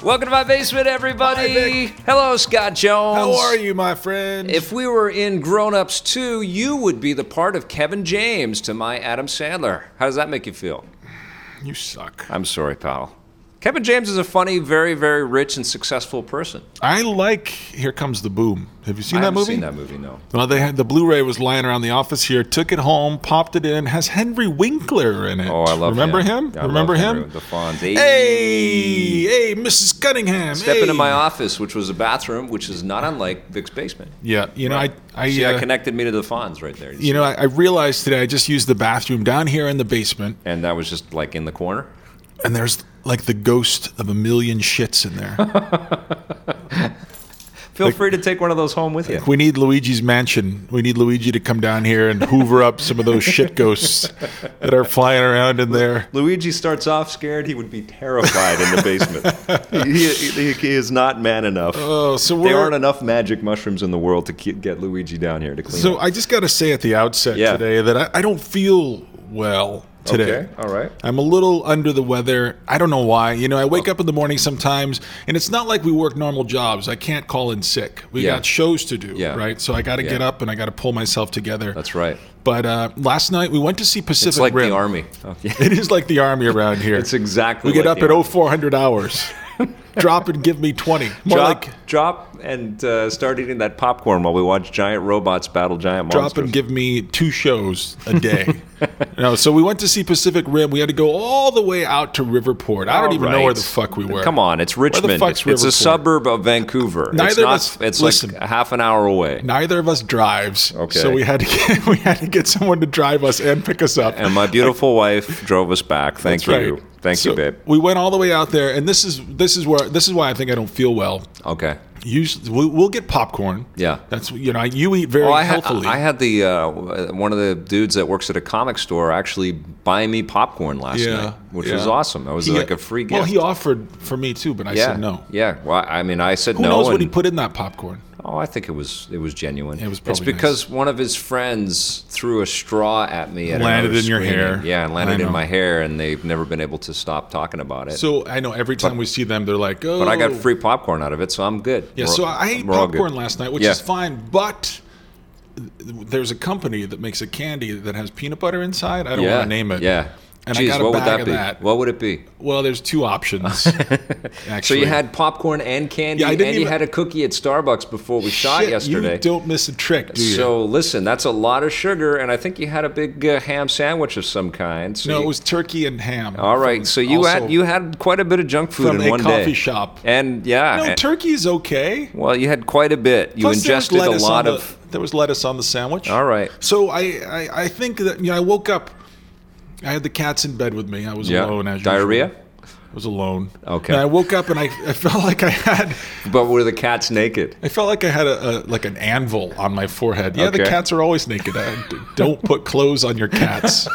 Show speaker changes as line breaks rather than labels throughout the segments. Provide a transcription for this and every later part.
Welcome to my basement,
Hi,
everybody.
Vic.
Hello, Scott Jones.
How are you, my friend?
If we were in Grown Ups 2, you would be the part of Kevin James to my Adam Sandler. How does that make you feel?
you suck.
I'm sorry, pal. Kevin James is a funny, very, very rich and successful person.
I like Here Comes the Boom. Have you seen
I
that
haven't
movie?
seen that movie, no.
Well, they had the Blu-ray was lying around the office here. Took it home, popped it in. Has Henry Winkler in it.
Oh, I love
Remember him.
him? I love
Remember him?
Henry with The Fonz. Hey.
Hey, hey, Mrs. Cunningham.
Step
hey.
into my office, which was a bathroom, which is not unlike Vic's basement.
Yeah, you know, I, I,
See,
uh,
that connected me to the Fonz right there.
you know, I, I realized today I just used the bathroom down here in the basement,
and that was just like in the corner.
and there's like the ghost of a million shits in there.
Feel free to take one of those home with you.
we need Luigi's mansion. We need Luigi to come down here and hoover up some of those shit ghosts that are flying around in there.
Luigi starts off scared. He would be terrified in the basement. he, he, he is not man enough.
Oh, so we're
there aren't enough magic mushrooms in the world to ke- get Luigi down here to clean
So
up.
I just got to say at the outset
Yeah.
today that I, I don't feel well today.
Okay, all right.
I'm a little under the weather. I don't know why. You know, I wake up in the morning sometimes, and it's not like we work normal jobs. I can't call in sick. We
Yeah.
got shows to do,
Yeah.
right? So I got to get
Yeah.
up and I got to pull myself together.
That's right.
But uh, last night we went to see Pacific
It's like
Rim.
the army. Oh, yeah.
It is like the army around here.
It's exactly
We get
like
up
the
at
army.
0400 hours. Drop and give me 20. More
Drop,
like
drop and uh, start eating that popcorn while we watch giant robots battle giant
drop
monsters.
and give me two shows a day. no, so we went to see Pacific Rim. We had to go all the way out to Riverport. I don't
All
even know where
right.
the fuck we were.
Come on, it's Richmond.
fuck's
it's a
Riverport?
suburb of Vancouver. it's
Neither of
not,
us-
It's
listen.
like half an hour away.
Neither of us drives.
Okay.
So we had to get, we had to get someone to drive us and pick us up.
And my beautiful wife drove us back. Thank
That's
you.
right.
Thank you,
So
babe.
We went all the way out there, and this is this is where this is why I think I don't feel well.
Okay.
Usually, we- we'll get popcorn.
Yeah.
that's you know you eat very
Well, I, had,
healthily.
I had the uh, one of the dudes that works at a comic store actually buy me popcorn last
Yeah,
night, which
yeah.
was awesome. That was
He-
like a free gift.
Well, he offered for me too, but I
yeah,
said no.
Yeah, well, I mean, I said
Who
no.
knows what he
and-
put in that popcorn?
Oh, I think it was it was genuine.
It was
it's
probably
because one of his friends threw a straw at me. At
Landed
another
in your
screening.
hair.
Yeah, and landed
I
in
know.
my hair, and they've never been able to stop talking about it.
So I know every time we see them, they're like, "Oh."
but I got free popcorn out of it, so I'm good.
Yeah,
We're-
so I ate
we're all good.
popcorn last night, which
Yeah.
is fine. But there's a company that makes a candy that has peanut butter inside. I don't
Yeah,
want to name it.
Yeah.
And I
Jeez,
got a
what
bag
would that
of
be?
that.
What would it be?
Well, there's two options. actually,
So you had popcorn and candy,
Yeah, I
and
didn't
you
even-
had a cookie at Starbucks before we shot
Shit, You
yesterday.
don't miss a trick, do you?
So listen, that's a lot of sugar, and I think you had a big uh, ham sandwich of some kind. So
no,
you-
it was turkey and ham.
all right.
from-
So you
also-
had you had quite a bit of junk food
From
in
a
one day.
coffee shop.
and yeah,
no
and-
turkey is okay.
well, you had quite a bit. You
Plus, there was
ingested a
lettuce on
lot
the-
of.
there was lettuce on the sandwich.
All right.
So I, I, I think that you know I woke up. I had the cats in bed with me. I was
Yeah.
alone as
Diarrhea.
usual. I was alone.
Okay.
And I woke up and I, I felt like I had
But were the cats naked?
I felt like I had a, a like an anvil on my forehead. Yeah, the
Okay.
cats are always naked. I, d- don't put clothes on your cats.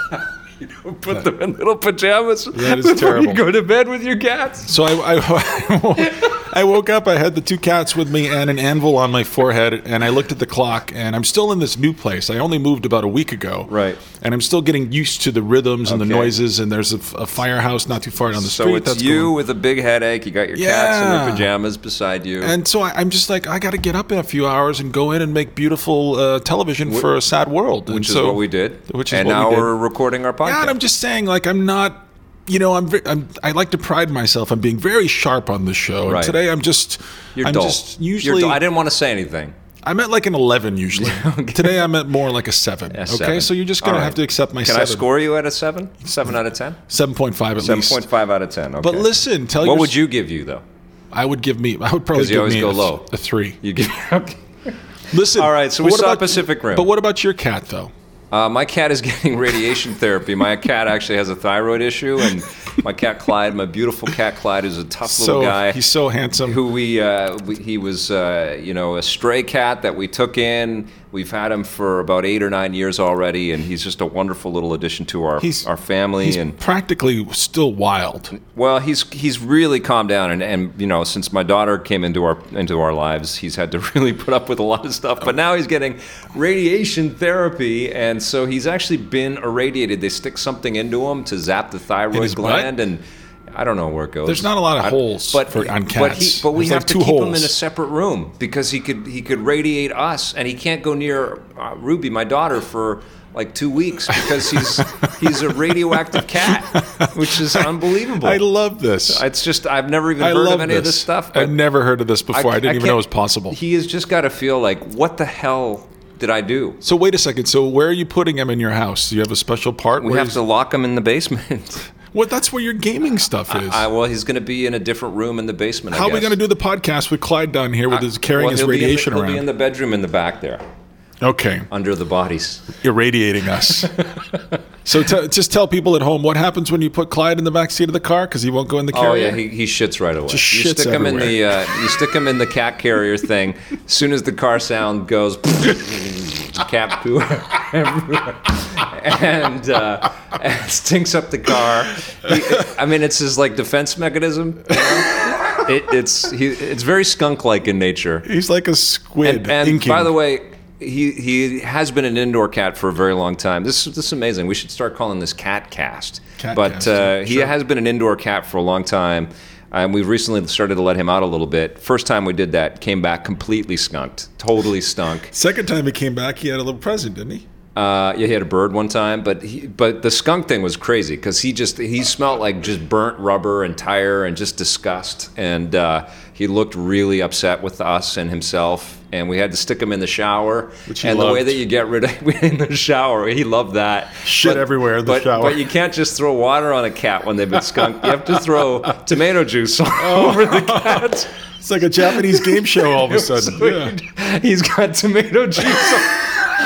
Put them in little pajamas
That is
before you
terrible.
go to bed with your cats.
So I, I, I woke up. I had the two cats with me and an anvil on my forehead. And I looked at the clock. And I'm still in this new place. I only moved about a week ago.
Right.
And I'm still getting used to the rhythms and
Okay.
the noises. And there's a, f- a firehouse not too far down the
So
street.
it's you
going-
with a big headache. You got your cats in
Yeah.
their pajamas beside you.
And so I, I'm just like, I got to get up in a few hours and go in and make beautiful uh, television for a sad world.
which is what we did.
Which is
and
what
now
we did.
are recording our podcast.
Yeah, and I'm just saying, like, I'm not. You know, I'm, ve- I'm. I like to pride myself on being very sharp on the show.
Right.
And today, I'm just.
You're
I'm
dull.
just
You're
usually.
dull. I didn't want to say anything.
I'm at like an 11 usually. Today, I'm at more like a seven.
A
okay,
seven.
so you're just gonna
All right.
have to accept my
Can I
seven.
score you at a seven? Seven out of ten.
Seven point five at
Seven
least.
point five out of ten. Okay.
But listen, tell
what
your-
would you give you though?
I would give me. I would probably
'Cause you
give
always
me
go
a, th-
low.
a three.
You give. Okay.
Listen.
All right, so we
what
saw
about,
Pacific Rim.
But what about your cat though?
Uh, my cat is getting radiation therapy. My cat actually has a thyroid issue, and my cat Clyde, my beautiful cat Clyde, is a tough little
so
guy.
he's so handsome.
who we, uh, we he was uh, you know a stray cat that we took in We've had him for about eight or nine years already, and he's just a wonderful little addition to our
He's-
our family.
He's
and
practically still wild.
well, he's he's really calmed down, and, and you know, since my daughter came into our into our lives, he's had to really put up with a lot of stuff. But now he's getting radiation therapy, and so he's actually been irradiated. They stick something into him to zap the
his
thyroid
butt?
gland, and I don't know where it goes.
There's not a lot of
I-
holes
but
for-
But,
on
he,
cats.
but we
There's
have
like
to
two
keep him in a
holes.
separate room because he could he could radiate us, and he can't go near uh, Ruby, my daughter, for. Like two weeks because he's he's a radioactive cat, which is unbelievable.
I love this. I,
It's just I've never even heard
love
of any of this stuff. but
I've never heard of this before. I, didn't even know it
can't-
was possible.
He has just got to feel like, what the hell did I do?
so wait a second. So where are you putting him in your house? Do you have a special part?
We
where
have
he's-
to lock him in the basement.
Well, that's where your gaming stuff is.
I, well, he's going to be in a different room in the basement.
How are we going to do the podcast with Clyde down here with his carrying his radiation
be in the, He'll be in
around?
the bedroom in the back there,
okay,
under the bodies.
irradiating us. so t- just tell people at home what happens when you put Clyde in the back seat of the car because he won't go in the carrier.
Oh yeah, he, he shits right away.
Just
you
shits
stick him in the uh, you stick him in the cat carrier thing. Soon as the car sound goes, cat poo everywhere, and, uh, and stinks up the car. He- I mean, it's his like defense mechanism. you know? It, it's he, it's very skunk like in nature.
He's like a squid.
And, and
inking.
by the way, he he has been an indoor cat for a very long time. This this is amazing. We should start calling this Cat Cast.
Cat
but
Cast,
uh, he
sure.
has been an indoor cat for a long time. And we've recently started to let him out a little bit. First time we did that, came back completely skunked, totally stunk.
second time he came back, he had a little present, didn't he?
Uh, yeah, he had a bird one time, but he, but the skunk thing was crazy because he just he smelled like just burnt rubber and tire and just disgust, and uh, he looked really upset with us and himself. And we had to stick him in the shower.
Which he
and the way
loved.
that you get rid of in the shower, he loved that
Shit everywhere in the
but,
shower.
But you can't just throw water on a cat when they've been skunked. You have to throw tomato juice all over the
Oh.
cat.
It's like a Japanese game show all of a sudden.
So
Yeah.
he- he's got tomato juice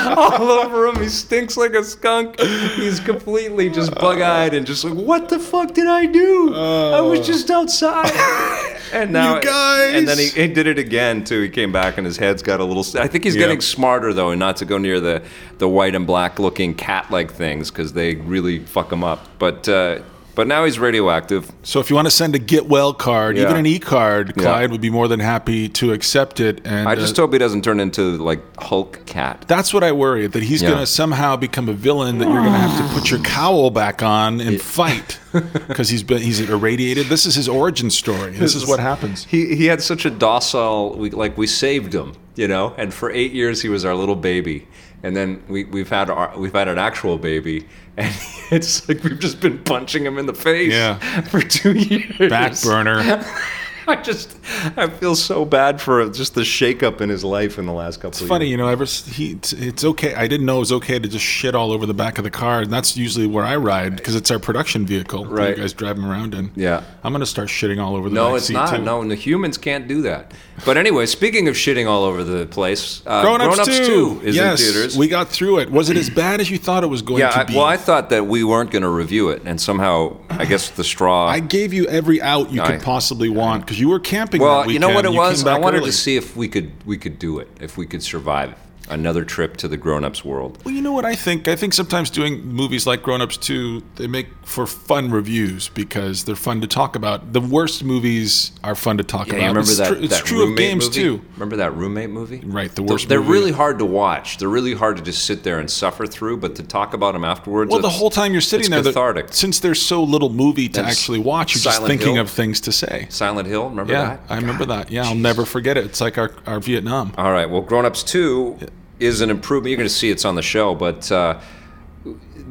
all, all over him. He stinks like a skunk. He's completely just bug eyed and just like, what the fuck did I do? I was just outside. And now,
Oh. You guys.
and then he, he did it again too. He came back and his head's got a little. s- I think he's
Yeah.
getting smarter though, and not to go near the the white and black looking cat like things because they really fuck him up. But uh, but now he's radioactive.
So if you want to send a get well card,
Yeah.
even an e card, Clyde would be more than happy to accept it. And
I just
uh,
hope he doesn't turn into like Hulk cat.
that's what I worry that he's
Yeah.
going to somehow become a villain that you're going to have to put your cowl back on and fight because he's been he's irradiated. This is his origin story. This is what happens.
He he had such a docile. We, like we saved him, you know. And for eight years, he was our little baby. And then we we've had our we've had an actual baby, and it's like we've just been punching him in the face
Yeah.
for two years.
Back burner.
I just I feel so bad for just the shakeup in his life in the last couple. of
Funny,
years.
you know. Ever s- he, it's- it's okay. I didn't know it was okay to just shit all over the back of the car, and that's usually where I ride because it's our production vehicle. that
Right.
you guys drive him around in.
Yeah.
I'm gonna start shitting all over the.
No,
back
it's
seat,
not.
Too.
No, and the humans can't do that. But anyway, speaking of shitting all over the place, uh,
Grown Ups,
Grown-Ups
2.
is
yes,
in theaters.
we got through it. Was it as bad as you thought it was going
Yeah,
to
I,
be?
well, I thought that we weren't going to review it, and somehow I guess the straw.
I gave you every out you
I-
could possibly want because you were camping.
well,
that
you know what it
weekend. came
was. I
back
wanted
early.
to see if we could we could do it, if we could survive another trip to the grown-ups world.
Well, you know what I think. I think sometimes doing movies like Grown Ups Two, they make for fun reviews because they're fun to talk about. The worst movies are fun to talk
Yeah,
about.
you remember
it's
that?
tru- it's
that
true of
roommate
games
movie?
too.
Remember that roommate movie?
Right, the worst.
They're
movie.
really hard to watch. They're really hard to just sit there and suffer through. But to talk about them afterwards,
Well, the
it's-
whole time you're sitting
it's
there, the-
cathartic.
since there's so little movie to
That's
actually watch, you're just
Silent
thinking
Hill.
of things to say.
Silent Hill. Remember
Yeah,
that?
I remember that. Yeah, I'll never forget it. It's like our, our Vietnam.
All right. Well, Grown Ups Two is an improvement. You're going to see it's on the show, but uh,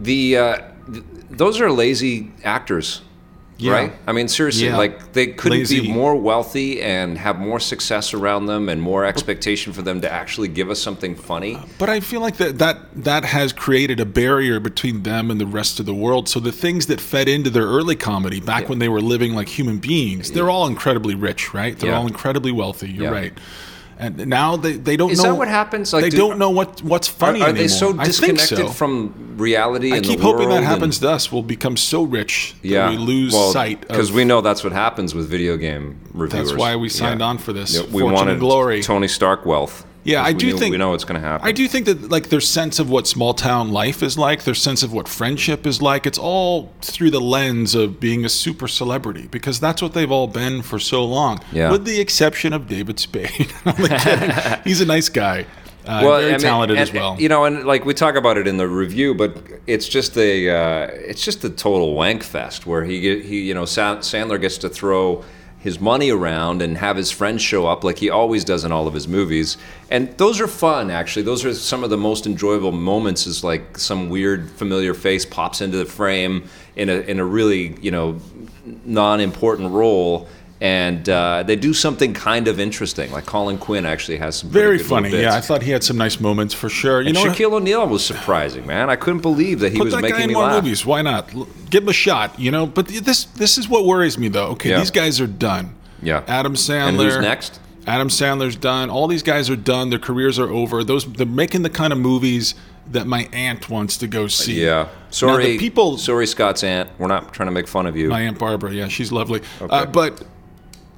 the uh, th- those are lazy actors, right? I mean, seriously,
Yeah.
like they couldn't
Lazy.
be more wealthy and have more success around them and more expectation for them to actually give us something funny.
But I feel like that, that that has created a barrier between them and the rest of the world. So the things that fed into their early comedy back when they were living like human beings, they're all incredibly rich, right? They're
Yeah.
all incredibly wealthy. You're
Yeah.
right. And now they, they don't
Is
know
that what happens? Like,
they
do-
don't know what what's funny.
Are they so
anymore. I think
disconnected
so.
from reality?
I
and
keep
the world
hoping that
and-
happens to us. We'll become so rich
Yeah,
that we lose
well,
sight
because
of.
we know that's what happens with video game reviewers.
that's why we signed on for this.
Yeah, we
Fortune
wanted
and glory.
Tony Stark wealth.
Yeah, I
We
do
knew-
think
we know what's going to happen.
I do think that like their sense of what small town life is like, their sense of what friendship is like, it's all through the lens of being a super celebrity because that's what they've all been for so long.
Yeah.
With the exception of David Spade. I'm only kidding. He's a nice guy. Uh, very
I mean,
talented
and-
as well.
You know, and like we talk about it in the review, but it's just a uh, it's just a total wank fest where he get- he you know Sa- Sandler gets to throw his money around and have his friends show up like he always does in all of his movies. And those are fun actually. Those are some of the most enjoyable moments is like some weird familiar face pops into the frame in a in a really, you know, non-important role. And uh, they do something kind of interesting. Like Colin Quinn actually has some pretty
very
good little
funny.
bits.
Yeah, I thought he had some nice moments for sure. You know what?
Shaquille O'Neal was surprising, man. I couldn't believe that he
Put
was
that
making
guy in
me
more
laugh.
movies. Why not? L- Give him a shot, you know? But th- this this is what worries me though. Okay,
Yeah.
these guys are done.
Yeah.
Adam Sandler.
and who's next?
Adam Sandler's done. All these guys are done. Their careers are over. Those they're making the kind of movies that my aunt wants to go see.
Yeah. Sorry,
the people-
Sorry, Scott's aunt. We're not trying to make fun of you.
my aunt Barbara. Yeah, she's lovely. Uh, but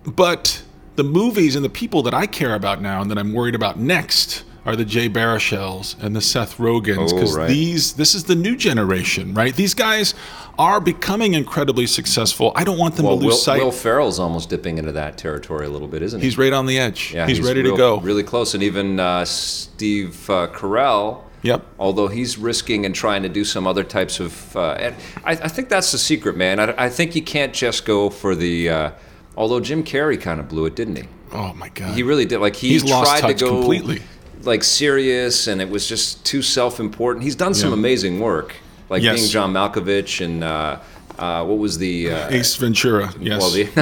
but the movies and the people that I care about now and that I'm worried about next are the Jay Baruchels and the Seth Rogans because
Oh, right.
these this is the new generation, right? These guys are becoming incredibly successful. I don't want them
well,
to lose
Will,
sight.
Will Ferrell's almost dipping into that territory a little bit, isn't he?
he's right on the edge.
Yeah,
he's, ready
real-
to go.
Really close, and even uh, Steve uh, Carell.
Yep.
Although he's risking and trying to do some other types of, uh, and I, I think that's the secret, man. I, I think you can't just go for the. Uh, although Jim Carrey kind of blew it, didn't he?
oh my god.
He really did. Like he
He's lost
tried
touch
to go
completely.
like serious, and it was just too self-important. He's done some
Yeah.
amazing work, like
Yes.
being John Malkovich and uh, uh, what was the uh,
Ace Ventura. Yes.
well, the,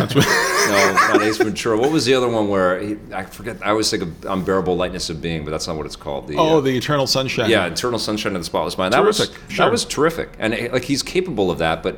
no, not Ace Ventura. What was the other one where he, I forget? I always think of Unbearable Lightness of Being, but that's not what it's called. The,
oh,
uh,
the Eternal Sunshine.
yeah, Eternal Sunshine of the Spotless Mind. That
Terrific,
was
sure.
that was terrific, and eh, like he's capable of that, but.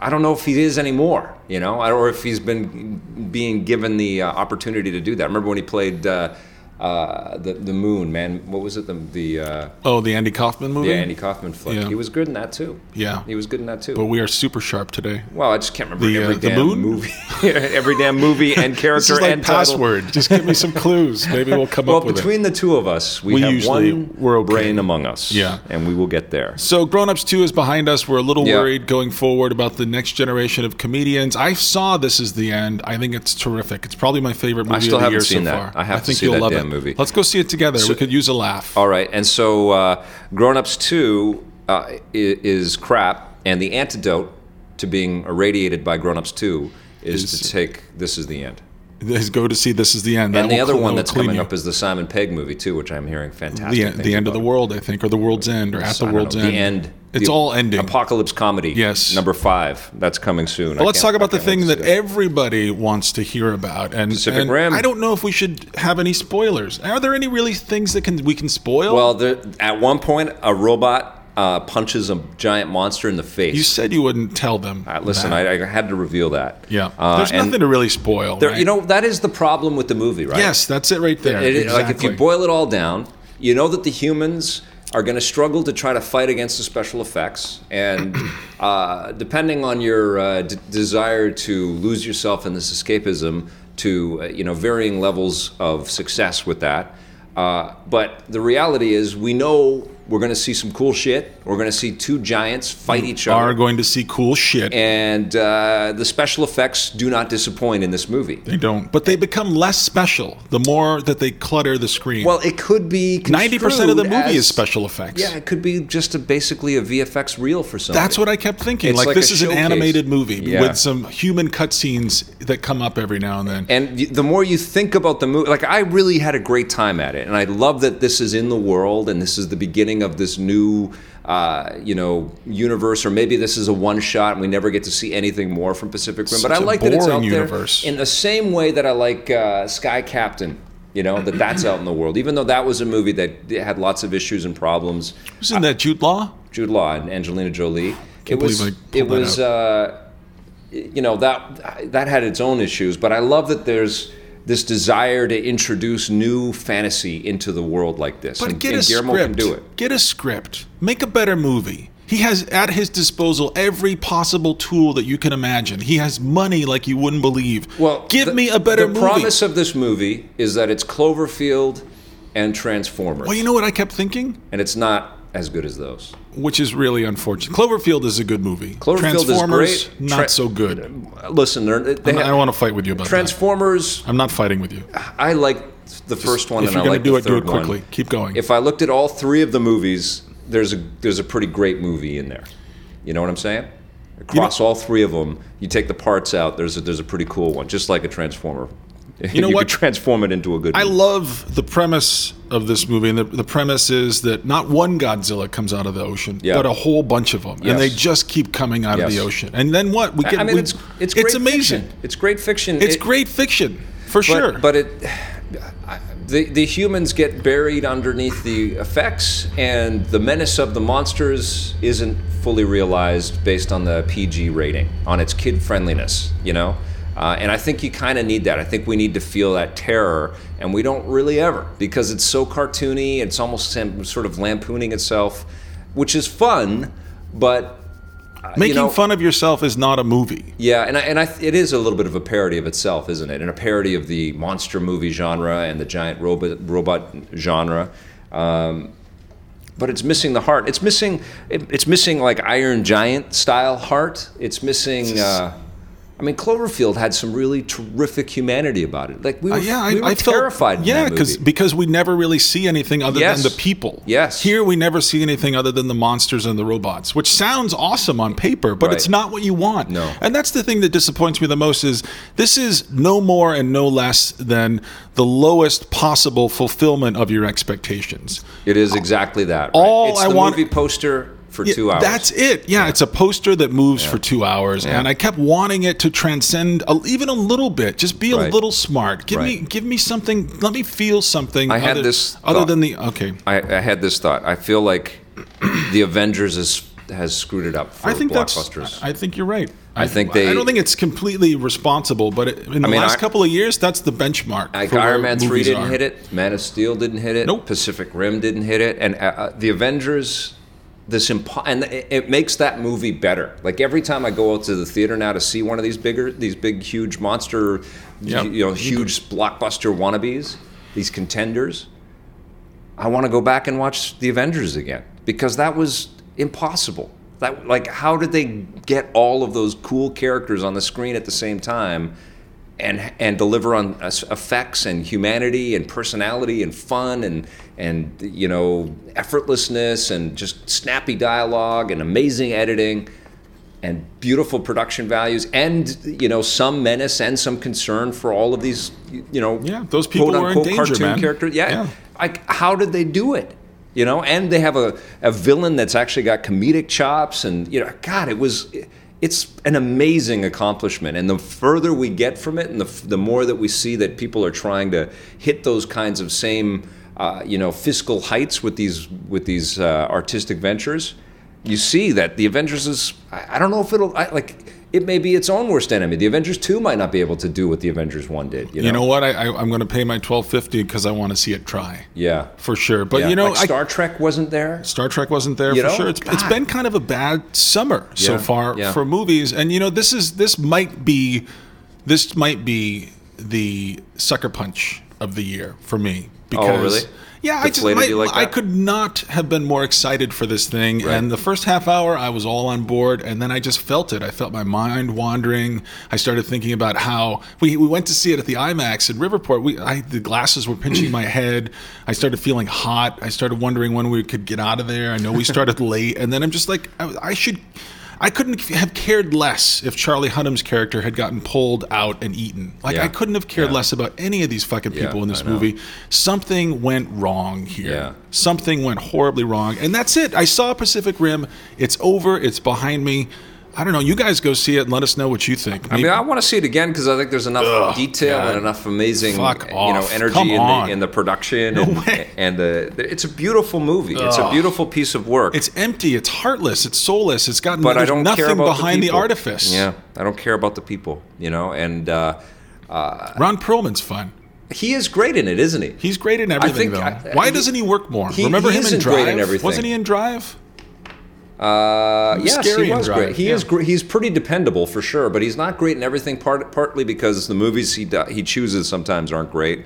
I don't know if he is anymore, you know, I- or if he's been being given the uh, opportunity to do that. Remember when he played uh, uh, the the Moon, man? What was it? The the, uh,
Oh, the Andy Kaufman movie.
the Andy Kaufman flick.
Yeah.
He was good in that too.
Yeah.
he was good in that too.
But we are super sharp today.
well, I just can't remember
The, uh,
every
the
damn
Moon?
movie, every damn movie and character
This is like
and title.
password. Just give me some clues. Maybe we'll come
Well,
up with it.
between the two of us, we,
We
have
usually-
one
we're okay.
brain among us.
Yeah.
and we will get there.
So, Grown Ups 2 is behind us. We're a little
Yeah.
worried going forward about the next generation of comedians. I saw This Is the End. I think it's terrific. It's probably my favorite movie
still
of the
haven't
year
seen
so
that.
far.
I have to
think
see
you'll
that
love
damn
it.
movie.
Let's go see it together. we could use a laugh.
All right, and so uh, Grown Ups 2 uh, i- is crap, and the antidote to being irradiated by Grown Ups 2 is, to take This Is the End.
Let's go to see This Is the End. That
And the
will
other
cl-
one
will
that's
clean
coming
you.
up is the Simon Pegg movie, too, which I'm hearing fantastic.
the,
things
the end of the
about.
world, I think, or the world's end, or at the
I don't know,
world's
the
end.
end.
It's
The
all ending.
Apocalypse Comedy.
Yes.
Number five. That's coming soon. I
Well, let's
can't-
talk about
I
the
can't wait to
thing that
see
everybody wants to hear about, and,
Pacific
and
Rim.
I don't know if we should have any spoilers. Are there any really things that can we can spoil?
Well, there, at one point, a robot uh, punches a giant monster in the face.
you said you wouldn't tell them.
Uh, listen,
that.
I, I had to reveal that.
yeah,
Uh,
there's
and
nothing to really spoil.
there-
right?
You know, that is the problem with the movie, right?
yes, that's it right there.
It- it- Like if
Exactly.
you boil it all down, you know that the humans are going to struggle to try to fight against the special effects, and uh, depending on your uh, d- desire to lose yourself in this escapism, to uh, you know varying levels of success with that. Uh, but the reality is, we know we're going to see some cool shit. We're going to see two giants fight each other
are going to see cool shit,
and uh, the special effects do not disappoint in this movie.
they don't, but they become less special the more that they clutter the screen.
Well, it could be
ninety percent of the movie
construed as-
is special effects.
Yeah, it could be just a, basically a VFX reel for something.
That's what I kept thinking.
It's
Like,
like
this
a
is an
showcase.
animated movie
Yeah.
with some human cutscenes that come up every now and then.
And y- the more you think about the movie, like I really had a great time at it, and I love that this is in the world, and this is the beginning of this new, uh, you know, universe, or maybe this is a one shot, and we never get to see anything more from Pacific Rim. but
Such
I
a
like that it's out
boring universe.
there in the same way that I like uh, Sky Captain. You know that that's out in the world, even though that was a movie that had lots of issues and problems.
Who's in that Jude Law?
Jude Law and Angelina Jolie. it was
believe I
it
pulled that
was uh, you know that that had its own issues, but I love that there's this desire to introduce new fantasy into the world like this.
But
and,
get
and
a
Guillermo
script.
can do it.
Get a script. Make a better movie. He has at his disposal every possible tool that you can imagine. He has money like you wouldn't believe.
Well,
give
the-
me a better
The
movie.
promise of this movie is that it's Cloverfield and Transformers.
Well, you know what I kept thinking,
and it's not as good as those.
which is really unfortunate. Cloverfield is a good movie.
Cloverfield is
Transformers,
great.
not
Tra-
so good.
Listen, they're, they
I
have,
don't want to fight with you about that.
Transformers.
I'm not fighting with you.
I like the first one,
if
and
you're
I
gonna
like
do
the
it, do
third
it quickly.
one.
Keep going.
If I looked at all three of the movies, there's a there's a pretty great movie in there. You know what I'm saying? Across all three of them, you take the parts out. There's a, there's a pretty cool one, just like a transformer. You
know
could
what?
transform it into a good.
I
movie.
love the premise of this movie, and the, the premise is that not one Godzilla comes out of the ocean,
Yeah.
but a whole bunch of them,
Yes.
and they just keep coming out of
Yes.
the ocean. And then what? We get.
I mean,
we-
it's it's great
amazing.
Fiction. It's great fiction.
It's
It-
great fiction for
but,
sure.
But it, I- the the humans get buried underneath the effects, and the menace of the monsters isn't fully realized based on the PG rating, on its kid friendliness. You know. Uh, and I think you kind of need that. I think we need to feel that terror, and we don't really ever because it's so cartoony. It's almost sam- sort of lampooning itself, which is fun, but uh, you
Making
know-
fun of yourself is not a movie.
yeah, and I, and I, it is a little bit of a parody of itself, isn't it? And a parody of the monster movie genre and the giant robot robot genre. Um, but it's missing the heart. It's missing. It, it's missing like Iron Giant style heart. It's missing. Uh, I mean, Cloverfield had some really terrific humanity about it. Like we were,
Uh, yeah, I,
we were
I felt
terrified. in
yeah,
that
because
movie.
because we never really see anything other
Yes.
than the people.
Yes.
Here we never see anything other than the monsters and the robots, which sounds awesome on paper, but it's
Right.
not what you want.
No.
And that's the thing that disappoints me the most is this is no more and no less than the lowest possible fulfillment of your expectations.
it is exactly that. right?
All
it's
I
the
want-
movie poster for
Yeah,
two hours.
That's it. Yeah, it's a poster that moves for two hours,
Yeah.
and I kept wanting it to transcend a, even a little bit. Just be a
Right.
little smart. Give me,
Right.
give me something. Let me feel something.
I had
other,
this
other
thought.
than the okay.
I, I had this thought. I feel like the Avengers is, has screwed it up for
I think
blockbusters.
that's. I think you're right.
I think they-
I don't think it's completely responsible, but it, in the
mean,
last
I-
couple of years, that's the benchmark.
like
for where
Iron Man three
movies
didn't
are.
hit it, Man of Steel didn't hit it,
Nope.
Pacific Rim didn't hit it, and uh, uh, the Avengers. This impo- and it, it makes that movie better. Like every time I go out to the theater now to see one of these bigger, these big, huge monster,
Yeah.
you know, huge blockbuster wannabes, these contenders. I want to go back and watch the Avengers again because that was impossible. That like how did they get all of those cool characters on the screen at the same time and and deliver on us- effects and humanity and personality and fun and and you know effortlessness and just snappy dialogue and amazing editing and beautiful production values and you know some menace and some concern for all of these you know
Yeah, those people were in
quote-unquote
danger,
cartoon
man.
characters yeah,
Yeah.
Like, how did they do it? You know, and they have a, a villain that's actually got comedic chops, and you know, God, it was, it's an amazing accomplishment. And the further we get from it, and the f- the more that we see that people are trying to hit those kinds of same, uh, you know, fiscal heights with these with these uh, artistic ventures, you see that the Avengers is, I, I don't know if it'll I, like. It may be its own worst enemy. The Avengers 2 might not be able to do what the Avengers 1 did. You know?
You know what? I, I, I'm going to pay my 12.50 because I want to see it try
Yeah.
for sure. But
Yeah,
you know,
like
I-
Star Trek wasn't there.
Star Trek wasn't there
You
for
know?
sure. It's, it's
God.
been kind of a bad summer so
Yeah,
far
yeah.
for movies, and you know this is this might be this might be the sucker punch of the year for me because
Oh, really?
yeah, I just
Deflated
my-
you like
I
that?
could not have been more excited for this thing. And the first half hour, I was all on board, and then I just felt it. I felt my mind wandering. I started thinking about how we, we went to see it at the IMAX in Riverport. We I, the glasses were pinching my head. I started feeling hot. I started wondering when we could get out of there. I know we started late, and then I'm just like, I, I should. I couldn't have cared less if Charlie Hunnam's character had gotten pulled out and eaten. Like
Yeah.
I couldn't have cared
Yeah.
less about any of these fucking
Yeah,
people in this
I know.
movie. Something went wrong here.
Yeah.
Something went horribly wrong. And that's it. I saw Pacific Rim. It's over. It's behind me. I don't know. You guys go see it and let us know what you think.
I mean, I want to see it again because I think there's enough detail
God.
and enough amazing,
Fuck
you know,
off.
energy
Come
in
on.
the, in the production and,
way.
and the. It's a beautiful movie. It's a beautiful piece of work.
it's empty. It's heartless. It's soulless. It's got
but I
there's
don't
nothing
care about
behind the,
people.
artifice.
Yeah, I don't care about the people. You know, and uh,
Ron Perlman's fun.
he is great in it, isn't he?
He's great in
think
everything, though.
I-
Why
he-
doesn't he work more?
he-
Remember
he
him in
isn't
Drive?
great in everything.
Wasn't he in Drive?
Uh, yes,
scary
he
in
was
Drive,
great. He is
yeah.
gr- he's pretty dependable for sure, but he's not great in everything. Part partly because the movies he do- he chooses sometimes aren't great,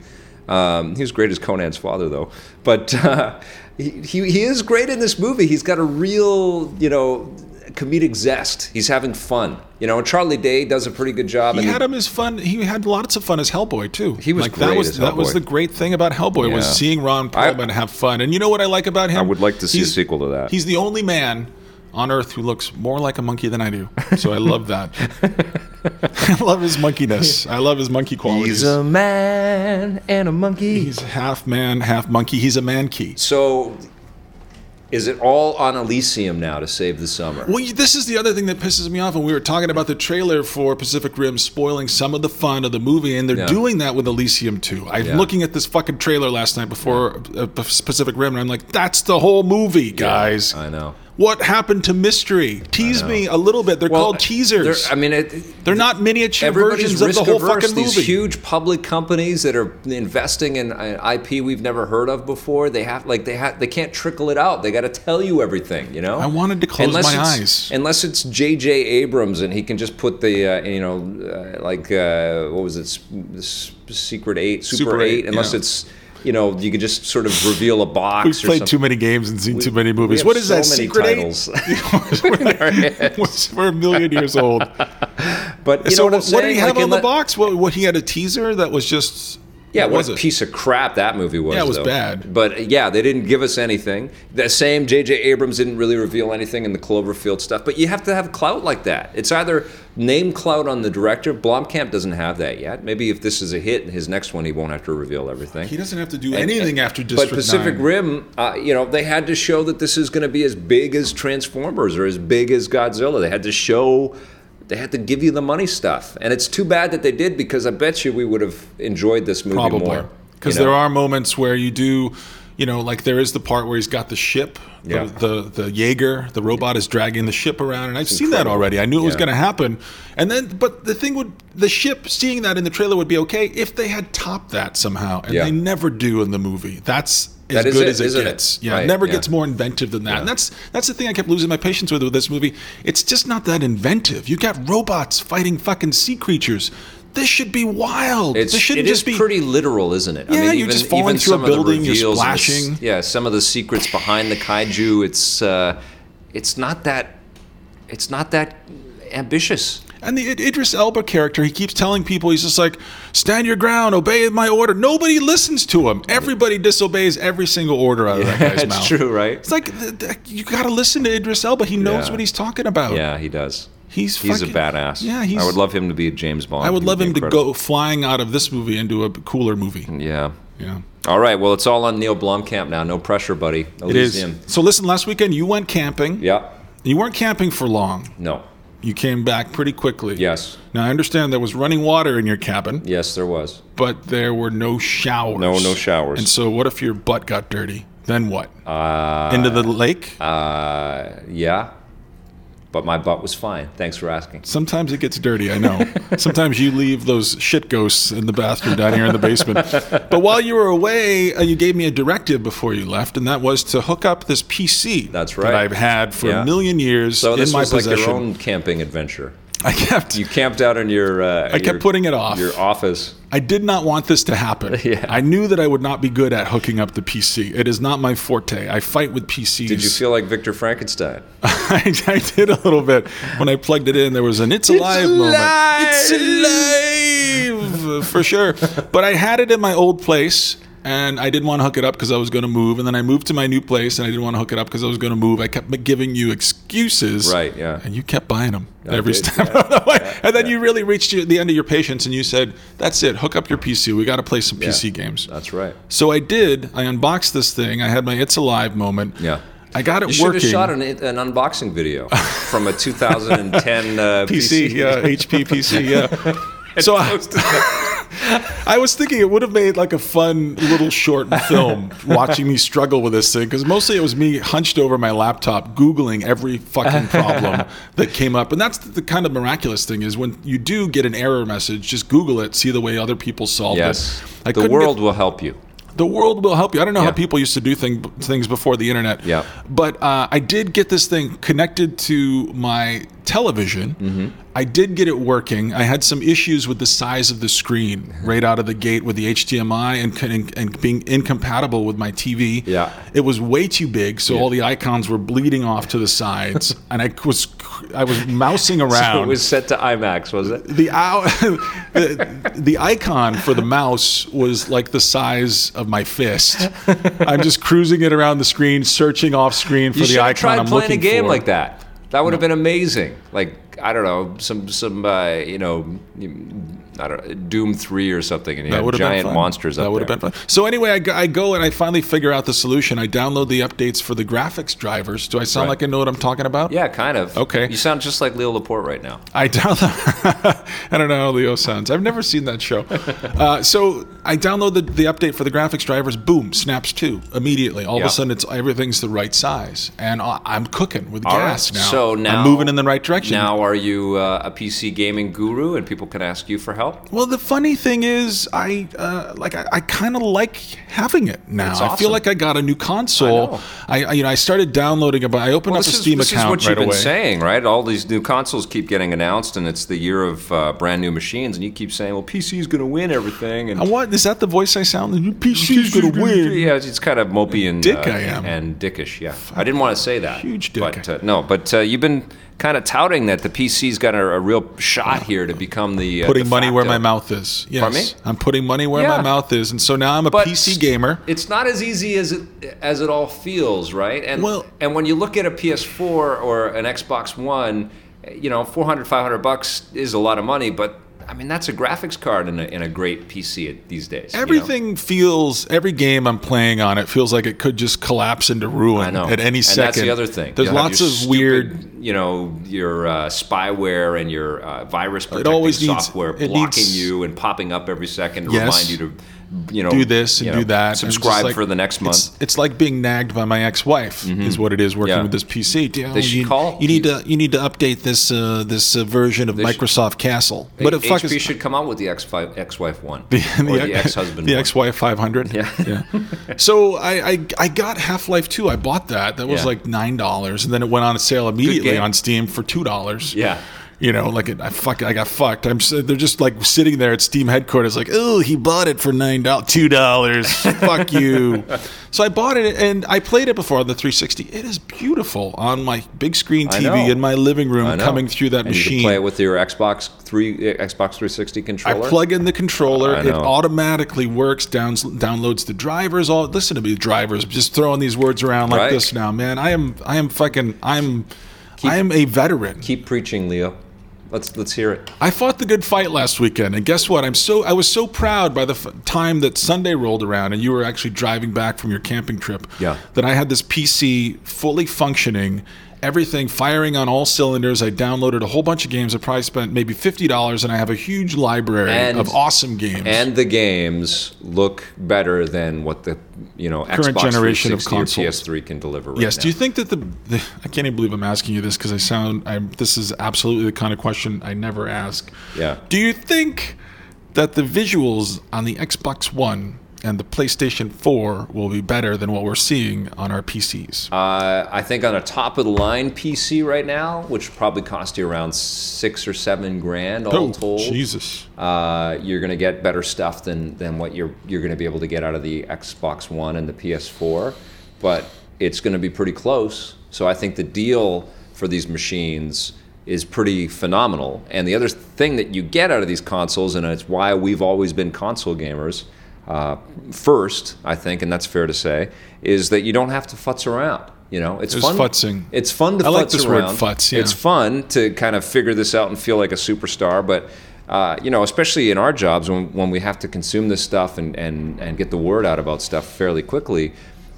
Um, he was great as Conan's father, though. But uh, he, he he is great in this movie. He's got a real, you know, comedic zest. He's having fun. You know, and Charlie Day does a pretty good job.
He
and
had him as fun. He had lots of fun as Hellboy too.
He was
like, that
great
was
as
that was
Hellboy.
the great thing about Hellboy was
Yeah.
seeing Ron
I-
Perlman have fun. And you know what I like about him? I
would like to see a sequel to that.
He's the only man on Earth who looks more like a monkey than I do. So I love that. I love his monkeyness. I love his monkey qualities.
He's a man and a monkey.
He's half man, half monkey. He's a man key.
So, is it all on Elysium now to save the summer?
Well, you- this is the other thing that pisses me off, and we were talking about the trailer for Pacific Rim spoiling some of the fun of the movie, and they're
Yeah.
doing that with Elysium too. I'm
Yeah.
looking at this fucking trailer last night before uh, P- Pacific Rim, and I'm like, that's the whole movie, guys.
I know.
What happened to mystery? Tease me a little bit. They're called teasers.
I
They're,
mean, it,
not miniature
everybody's
versions of
risk
the whole
averse.
fucking
These
movie.
huge public companies that are investing in uh, IP we've never heard of before. They have like they have they can't trickle it out. They got to tell you everything. You know.
I wanted to close my
it's-
eyes.
Unless it's J.J. Abrams and he can just put the uh, you know uh, like uh, what was it, S- S- Secret Eight, Super,
Super
Eight.
Eight,
Unless
yeah.
it's you know you could just sort of reveal a box.
We've
or
played
something.
too many games and seen too many
We
movies.
have
What is
so
that?
many
Secret
titles.
Eight? We're a million years old.
But you
so
know what I'm
what,
saying?
did he have
Like,
on the
unle-
box? What, what he had a teaser that was just
Yeah, what,
was
a
it?
piece of crap that movie was.
Yeah, it was
though.
bad.
But uh, yeah, they didn't give us anything. The same J.J. Abrams didn't really reveal anything in the Cloverfield stuff. But you have to have clout like that. It's either name clout on the director. Blomkamp doesn't have that yet. Maybe if this is a hit, his next one he won't have to reveal everything.
He doesn't have to do anything after
But
District
Pacific
9.
Rim, uh, you know, they had to show that this is going to be as big as Transformers or as big as Godzilla. They had to show, they had to give you the money stuff. And it's too bad that they did because I bet you we would have enjoyed this movie
probably
more.
because
you know?
there are moments where you do, you know, like there is the part where he's got the ship,
Yeah.
the, the the Jaeger, the robot is dragging the ship around, and I've seen that
incredible.
already. I knew it was
Yeah.
going to happen, and then but the thing would the ship seeing that in the trailer would be okay if they had topped that somehow, and
Yeah.
they never do in the movie. That's as
That is
good
it,
as it
isn't it?
gets. Yeah,
Right,
it never
yeah.
gets more inventive than that. And that's that's the thing I kept losing my patience with with this movie. It's just not that inventive. You got robots fighting fucking sea creatures. This should be wild.
It's,
this shouldn't
it is
just be
pretty literal, isn't it?
Yeah, you're just falling through a
some of the
building, you're
reveals and the s-
splashing.
yeah, some of the secrets behind the kaiju. It's uh, it's not that it's not that ambitious.
And the Id- Idris Elba character, he keeps telling people, he's just like, stand your ground, obey my order. Nobody listens to him. Everybody disobeys every single order out of that guy's mouth.
That's true, right?
It's like, th- th- you got to listen to Idris Elba. He knows
Yeah.
what he's talking about.
Yeah, he does.
He's
he's
fucking-
a badass.
Yeah, he's-
I would love him to be a James Bond.
I would
He
love
be
him
incredible. Mm.
to go flying out of this movie into a cooler movie.
Yeah.
Yeah.
All right. Well, it's all on Neil Blomkamp now. No pressure, buddy.
It is.
Elysium.
So listen, last weekend you went camping.
Yeah.
You weren't camping for long.
No.
You came back pretty quickly.
Yes.
Now I understand there was running water in your cabin,
Yes, there was.
but there were no showers.
No, no showers.
And so, what if your butt got dirty? Then what? Uh, Into the lake?
Uh, yeah. But my butt was fine. Thanks for asking.
Sometimes it gets dirty, I know. Sometimes you leave those shit ghosts in the bathroom down here in the basement. But while you were away, uh, you gave me a directive before you left, and that was to hook up this PC
That's
that
right.
I've had for
Yeah.
a million years
So
in
this
my
was like
possession.
your own camping adventure.
I kept
You camped out in your. Uh,
I kept putting it off.
Your office.
I did not want this to happen.
Yeah.
I knew that I would not be good at hooking up the PC. It is not my forte. I fight with PCs.
Did you feel like Victor Frankenstein?
I, I did a little bit when I plugged it in. There was an "It's Alive" moment.
alive!
It's alive for sure. But I had it in my old place, and I didn't want to hook it up because I was going to move. And then I moved to my new place, and I didn't want to hook it up because I was going to move. I kept giving you excuses,
Right, yeah.
and you kept buying them every
did,
step of the way. and then you really reached your- the end of your patience, and you said, "That's it. Hook up your PC. We got to play some PC games."
That's right.
So I did. I unboxed this thing. I had my "It's Alive" moment.
Yeah.
I got it
You should
working.
have shot an, an unboxing video from a 2010 uh,
PC, yeah, HP PC, yeah. so I, I was thinking it would have made like a fun little short film watching me struggle with this thing because mostly it was me hunched over my laptop googling every fucking problem that came up, and that's the, the kind of miraculous thing is when you do get an error message, just Google it, see the way other people solved
Yes.
it.
the
I couldn't get-
world will help you.
the world will help you. I don't know
Yeah.
how people used to do thing, things before the internet.
Yeah.
But uh, I did get this thing connected to my television.
Mm-hmm.
I did get it working. I had some issues with the size of the screen
Mm-hmm.
right out of the gate with the HDMI and and, and being incompatible with my TV.
Yeah.
it was way too big, so all the icons were bleeding off to the sides, and I was I was mousing around.
It was set to IMAX, was it?
the, owl, the the icon for the mouse was like the size of my fist. I'm just cruising it around the screen, searching off screen for
You
the
should
icon
have tried
I'm
playing
looking
a game
for.
like that. That would have been amazing. Like I don't know, some some uh, you know, I don't Doom three or something, and you
That
have
would have been
giant
fun.
monsters up
That would
there.
have been fun. So anyway, I go, I go and I finally figure out the solution. I download the updates for the graphics drivers. Do I sound
Right.
like I know what I'm talking about?
Yeah, kind of.
Okay.
You sound just like Leo Laporte right now.
I download. I don't know how Leo sounds. I've never seen that show. Uh, so I download the, the update for the graphics drivers. Boom, snaps to immediately. All
Yeah.
of a sudden, it's everything's the right size, and I- I'm cooking with
All
gas
right,
now.
So now
I'm moving in the right direction.
Now, are you uh, a PC gaming guru, and people can ask you for help?
Well, the funny thing is, I uh, like I, I kind of like having it now.
It's
I feel
awesome.
like I got a new console.
know.
I, I you know I started downloading it, but I opened up
this
a
is,
Steam
this is
account
what you've
right
been
away.
saying, right? All these new consoles keep getting announced, and it's the year of uh, brand new machines, and you keep saying, "Well, PC is going to win everything." And
I want is that the voice I sound? The new PC's gonna win.
Yeah, it's kind of mopey and uh,
Dick I am.
and dickish. Yeah, I didn't want to say that.
Huge dick.
But, uh, no, but uh, you've been kind of touting that the PC's got a, a real shot here to become the uh,
putting
de
money where my
facto-
mouth is. Yes,
Pardon me?
I'm putting money where
Yeah.
my mouth is, and so now I'm a
But
PC gamer.
It's not as easy as it as it all feels, right? And
Well-
and when you look at a PS4 or an Xbox One, you know, 400 500 bucks is a lot of money, but I mean, that's a graphics card in a, in a great PC these days. you know?
Everything feels. Every game I'm playing on it feels like it could just collapse into ruin
I know.
at any
and
second.
That's the other thing.
There's
You'll have
lots
your
of
stupid,
weird.
you know, your uh, spyware and your uh, virus protecting
always needs-
software
it needs-
blocking you and popping up every second to
Yes.
remind you to, you know,
Do this and
you know,
do that. and it's just
Subscribe
like-
for the next month.
It's, it's like being nagged by my ex-wife. Is what it is working
Mm-hmm. Yeah.
with this PC. Damn,
They should
you,
call-
You need to you need to update this uh, this uh, version of
should-
Microsoft Castle.
But
But it fuck
HP
is
should come out with the ex ex-wife one
the,
or the ex-husband
the
one.
ex-wife 500
Yeah.
so I, I i got half-life 2 i bought that that was
Yeah.
like nine dollars and then it went on sale immediately
game.
on steam for two dollars
Yeah.
you know, like it, I fuck, I got fucked. I'm so- they're just like sitting there at Steam headquarters, like, oh, he bought it for nine dollars, two dollars. fuck you. So I bought it and I played it before on the 360. It is beautiful on my big screen
I
TV
know.
in my living
I
room,
know.
coming through that
and
machine.
You can play it with your Xbox three uh, Xbox 360
I
controller.
plug in the controller.
I
It
know.
automatically works. Downs, downloads the drivers. All listen to me, drivers. Just throwing these words around like
Right.
this now, man. I am. I am fucking. I'm. I am a veteran.
Keep preaching, Leo. Let's let's hear it.
I fought the good fight last weekend, and guess what? I'm so I was so proud by the f- time that Sunday rolled around, and you were actually driving back from your camping trip.
Yeah.
That I had this PC fully functioning, everything firing on all cylinders. I downloaded a whole bunch of games. I probably spent maybe fifty dollars, and I have a huge library
And-
of awesome games.
And the games look better than what the you know
Current
Xbox
generation of
360 or
consoles.
PS3 can deliver. Right
Yes.
now.
Do you think that the, the I can't even believe I'm asking you this because I sound I'm this is absolutely the kind of question I never ask.
Yeah.
Do you think that the visuals on the Xbox One and the PlayStation 4 will be better than what we're seeing on our PCs?
Uh, I think on a top of the line PC right now, which probably cost you around six or seven grand all told.
Oh, Jesus.
uh, you're going to get better stuff than than what you're you're going to be able to get out of the Xbox One and the PS4, but it's going to be pretty close. So I think the deal for these machines is pretty phenomenal. And the other thing that you get out of these consoles, and it's why we've always been console gamers uh, first, I think, and that's fair to say, is that you don't have to futz around. You know, it's
There's
fun.
futzing.
It's fun to
I
futz
like this word,
around.
futz, yeah.
It's fun to kind of figure this out and feel like a superstar, but uh, you know, especially in our jobs when, when we have to consume this stuff and, and, and get the word out about stuff fairly quickly,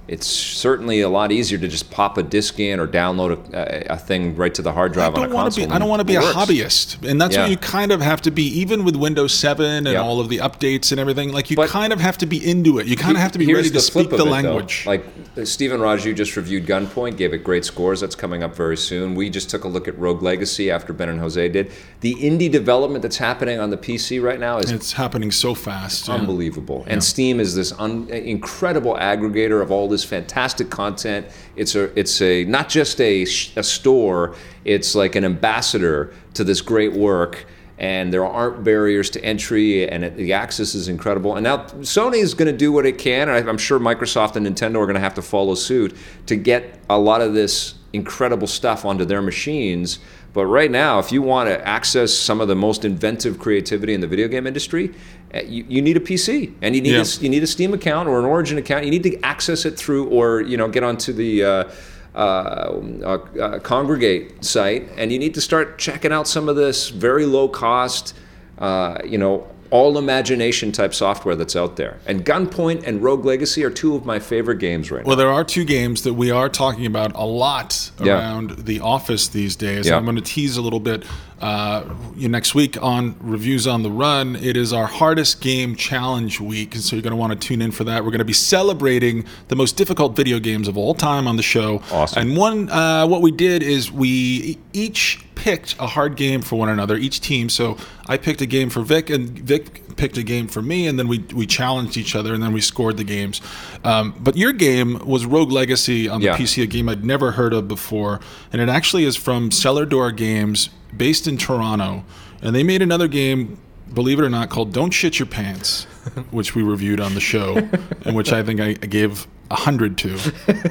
it's certainly a lot easier to just pop a disc in or download a, a, a thing right to the hard drive
I
on
don't
a
want to
console.
be. I don't want to be a
It works.
hobbyist, and that's
Yeah.
what you kind of have to be. Even with Windows 7 and
Yeah.
all of the updates and everything, like you
But-
kind of have to be into it. You kind of have to be
Here's
ready to
the flip
speak
of
the
it, though.
language.
Like uh, Stephen Raju just reviewed Gunpoint, gave it great scores. That's coming up very soon. We just took a look at Rogue Legacy after Ben and Jose did. The indie development that's happening on the PC right now is
it's happening so fast. yeah.
unbelievable. And Steam is this un- incredible aggregator of all this fantastic content. It's a it's a not just a, sh- a store. It's like an ambassador to this great work. And there aren't barriers to entry, and it, the access is incredible. And now Sony is going to do what it can, and I- I'm sure Microsoft and Nintendo are going to have to follow suit to get a lot of this incredible stuff onto their machines. But right now, if you want to access some of the most inventive creativity in the video game industry, eh, you, you need a PC and you need
Yeah.
a s you need a Steam account or an Origin account. You need to access it through or you know get onto the. Uh, uh, uh, uh, congregate site, and you need to start checking out some of this very low cost, uh, you know, all imagination type software that's out there. And Gunpoint and Rogue Legacy are two of my favorite games right now.
Well, there are two games that we are talking about a lot
Yeah.
around the office these days.
Yeah.
I'm going to tease a little bit uh, you- next week on Reviews on the Run. It is our hardest game challenge week, and so you're going to want to tune in for that. We're going to be celebrating the most difficult video games of all time on the show.
Awesome.
And one, uh, what we did is we each picked a hard game for one another, each team. So I picked a game for Vic, and Vic picked a game for me, and then we we challenged each other, and then we scored the games. Um, but your game was Rogue Legacy on the
Yeah.
PC, a game I'd never heard of before, and it actually is from Cellar Door Games, based in Toronto, and they made another game. Believe it or not, called "Don't Shit Your Pants," which we reviewed on the show, and which I think I gave a hundred to,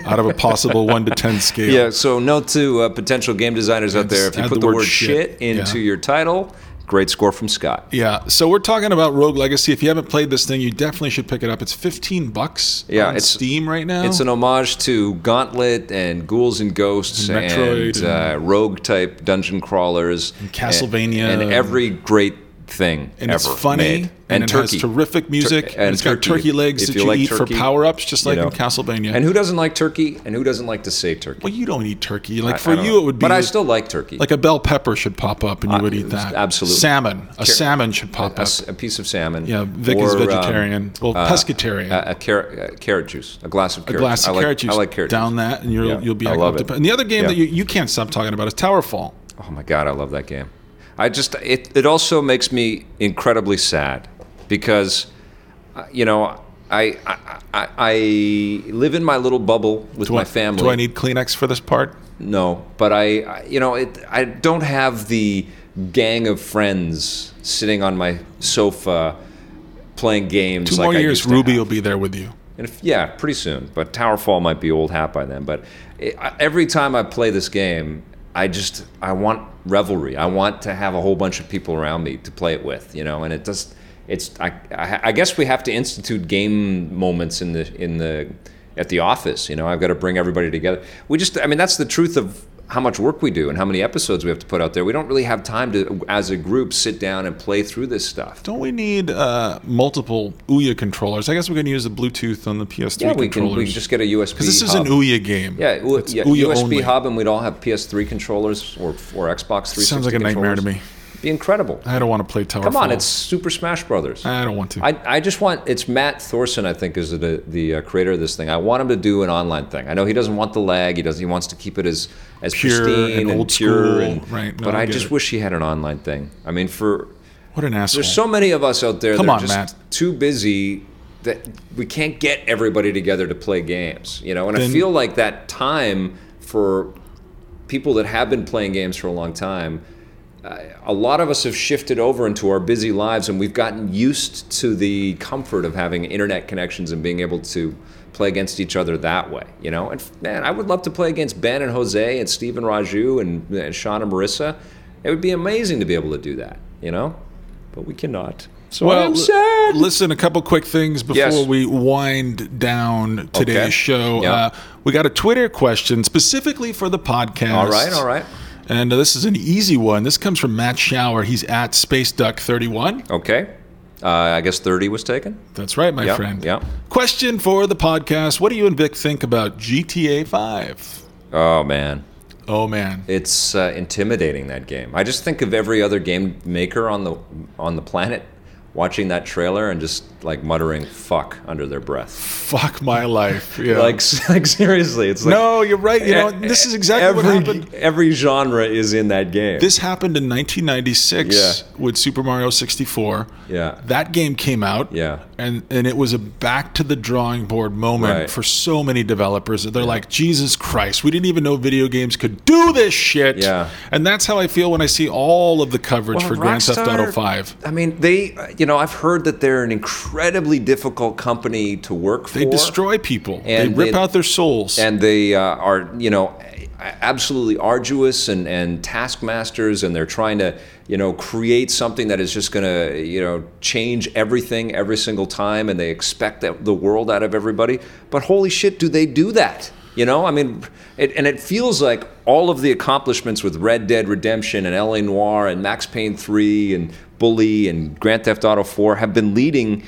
out of a possible one to ten scale.
Yeah, so note to uh, potential game designers out there if you
add
put the word, shit, into
Yeah.
your title, great score from Scott.
Yeah, so we're talking about Rogue Legacy. If you haven't played this thing, you definitely should pick it up. It's fifteen bucks
Yeah,
on
it's-
Steam right now.
It's an homage to Gauntlet and Ghouls and Ghosts
And Metroid
and, uh, rogue type dungeon crawlers, and
Castlevania.
and, every great thing
and it's
ever
funny
made.
and,
and,
it
turkey.
has terrific music
Tur-
and,
and
it's
turkey.
got turkey legs
If
that
you
you,
like
eat
turkey,
for power ups, just
you
like
know.
in Castlevania.
and who doesn't like turkey? And who doesn't like to say turkey?
well, you don't eat turkey. Like
I-
for
I don't
you,
know.
it would be
But I still like turkey.
like a bell pepper should pop up and you would eat that.
absolutely.
salmon. A salmon should pop
a,
up.
s- a piece of salmon.
Yeah, Vic is
or, um,
vegetarian. well, pescatarian.
a, a carrot, uh, carrot juice, a glass of carrot.
glass
juice.
of
I like,
carrot juice.
I like carrot
Down
juice.
that, and you're,
Yeah,
you'll be.
I
like
love
up
it.
to- And the other game
Yeah.
that you, you can't stop talking about is Towerfall.
Oh my god, I love that game. I just it it also makes me incredibly sad because uh, you know I I, I I live in my little bubble with
Do
my
I-
family.
Do I need Kleenex for this part?
No, but I, I you know, it, I don't have the gang of friends sitting on my sofa playing games.
Two
like
more
I
years,
used to
Ruby
have.
will be there with you.
And if, yeah, pretty soon. But Towerfall might be old hat by then. But it, I- every time I play this game, I just I want revelry. I want to have a whole bunch of people around me to play it with, you know. And it just it's I, I, I guess we have to institute game moments in the in the at the office. You know, I've got to bring everybody together. We just I mean that's the truth of how much work we do and how many episodes we have to put out there. We don't really have time to, as a group, sit down and play through this stuff.
Don't we need uh, multiple Ouya controllers? I guess we can use the Bluetooth on the PS3
yeah, we can
controllers.
we can just get a USB.
this is
hub.
an Ouya game.
Yeah, w-
It's
yeah
Ouya
USB
only.
hub, and we'd all have PS3 controllers or or Xbox 360.
Sounds like a nightmare to
controllers.
me.
Be incredible.
I don't want to play Towerfall.
Come on, it's Super Smash Brothers.
I don't want to.
I, I just want it's Matt Thorson I think is the the uh, creator of this thing. I want him to do an online thing. I know he doesn't want the lag. He does. He wants to keep it as as
Pure
pristine
and
and,
old
pure
school.
and
Right, no,
but
I
I
get
just
it.
wish he had an online thing. I mean, for
what an asshole.
there's so many of us out there
Come
that are
on,
just
Matt.
too busy that we can't get everybody together to play games, you know. And
Then-
I feel like that time for people that have been playing games for a long time, uh, a lot of us have shifted over into our busy lives and we've gotten used to the comfort of having internet connections and being able to play against each other that way, you know. And man, I would love to play against Ben and Jose and Steve and Raju and, and Sean and Marissa. It would be amazing to be able to do that, you know. But we cannot. So I'm
li-
sad.
Listen, a couple quick things before
Yes.
we wind down today's
Okay.
show.
Yeah.
Uh, we got a Twitter question specifically for the podcast.
All right, all right.
And uh, this is an easy one. This comes from Matt Shower. He's at Space Duck 31.
Okay. Uh, I guess 30 was taken.
That's right, my
Yep,
friend.
yep.
Question for the podcast What do you and Vic think about GTA 5?
Oh man.
Oh, man.
it's uh, intimidating that game. I just think of every other game maker on the on the planet watching that trailer and just like muttering "fuck" under their breath.
Fuck my life. Yeah.
Like, like seriously, it's like
no, you're right. You know, this is exactly
every,
what happened.
Every genre is in that game.
This happened in 1996
Yeah.
with Super Mario 64.
Yeah.
That game came out.
Yeah.
And and it was a back to the drawing board moment
Right.
for so many developers. They're like, "Jesus Christ, we didn't even know video games could do this shit."
Yeah.
And that's how I feel when I see all of the coverage for Grand Theft Auto
Rockstar,
5.
I mean, they, you know, I've heard that they're an incredibly difficult company to work for.
They destroy people. They
and
rip
they-
out their souls.
and they uh, are you know absolutely arduous and, and taskmasters and they're trying to you know create something that is just going to you know change everything every single time and they expect that the world out of everybody but holy shit do they do that you know i mean it, and it feels like all of the accomplishments with red dead redemption and la noir and max payne 3 and bully and grand theft auto 4 have been leading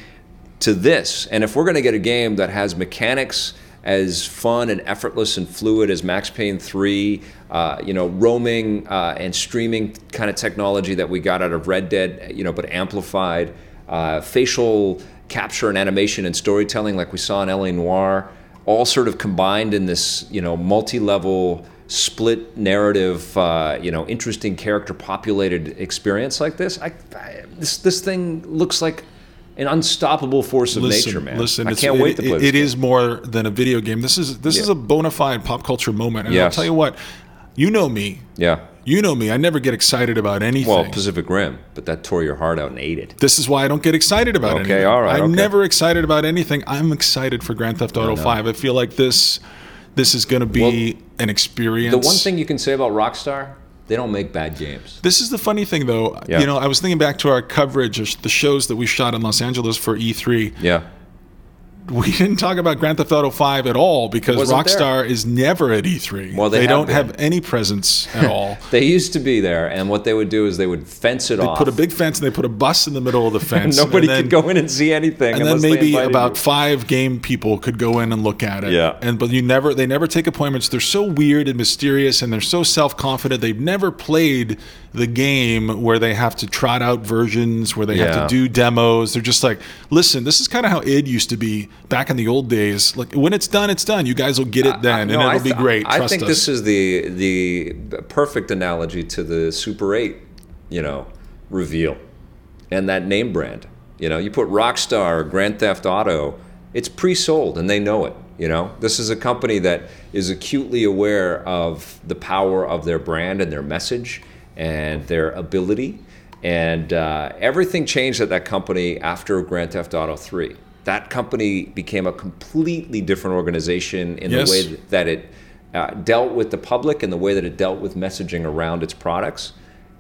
to this. And if we're going to get a game that has mechanics as fun and effortless and fluid as Max Payne 3, uh, you know, roaming uh, and streaming kind of technology that we got out of Red Dead, you know, but amplified, uh, facial capture and animation and storytelling like we saw in LA Noir, all sort of combined in this, you know, multi-level split narrative, uh, you know, interesting character populated experience like this. I, I, this this thing looks like an unstoppable force of
listen,
nature, man.
Listen,
I
it's-
can't
it-
wait to play
it-
this.
it is more than a video game. This is this is a bona fide pop culture moment. And I'll
Yes.
tell you what, you know me.
yeah.
You know me. I never get excited about anything.
Well, Pacific Rim, but that tore your heart out and ate it.
this is why I don't get excited about
Okay,
anything.
all right,
I'm
okay.
never excited about anything. I'm excited for Grand Theft Auto Five. I feel like this this is going to be an experience.
The one thing you can say about Rockstar, they don't make bad games.
This is the funny thing, though.
Yeah.
You know, I was thinking back to our coverage of the shows that we shot in Los Angeles for E3.
Yeah.
we didn't talk about Grand Theft Auto 5 at all because
Wasn't there.
Rockstar is never at E3.
Well, they have
don't
been.
have any presence at all.
They used to be there, and what they would do is they would fence it off.
put a big fence and they put a bus in the middle of the fence.
Nobody
and then,
could go in and see anything.
And then
unless they
maybe
invited
about
you.
five game people could go in and look at it.
Yeah.
And but you never they never take appointments. They're so weird and mysterious and they're so self confident. They've never played the game where they have to trot out versions, where they
Yeah.
have to do demos. They're just like, listen, this is kind of how id used to be back in the old days. Like when it's done, it's done. You guys will get it then,
No,
and it'll
I
be
th-
great.
I
Trust
think
us.
this is the the perfect analogy to the Super 8, you know, reveal and that name brand. You know, you put Rockstar or Grand Theft Auto, it's pre-sold and they know it, you know. This is a company that is acutely aware of the power of their brand and their message and their ability and uh, everything changed at that company after Grand Theft Auto 3. That company became a completely different organization in
Yes.
the way that that it uh, dealt with the public and the way that it dealt with messaging around its products.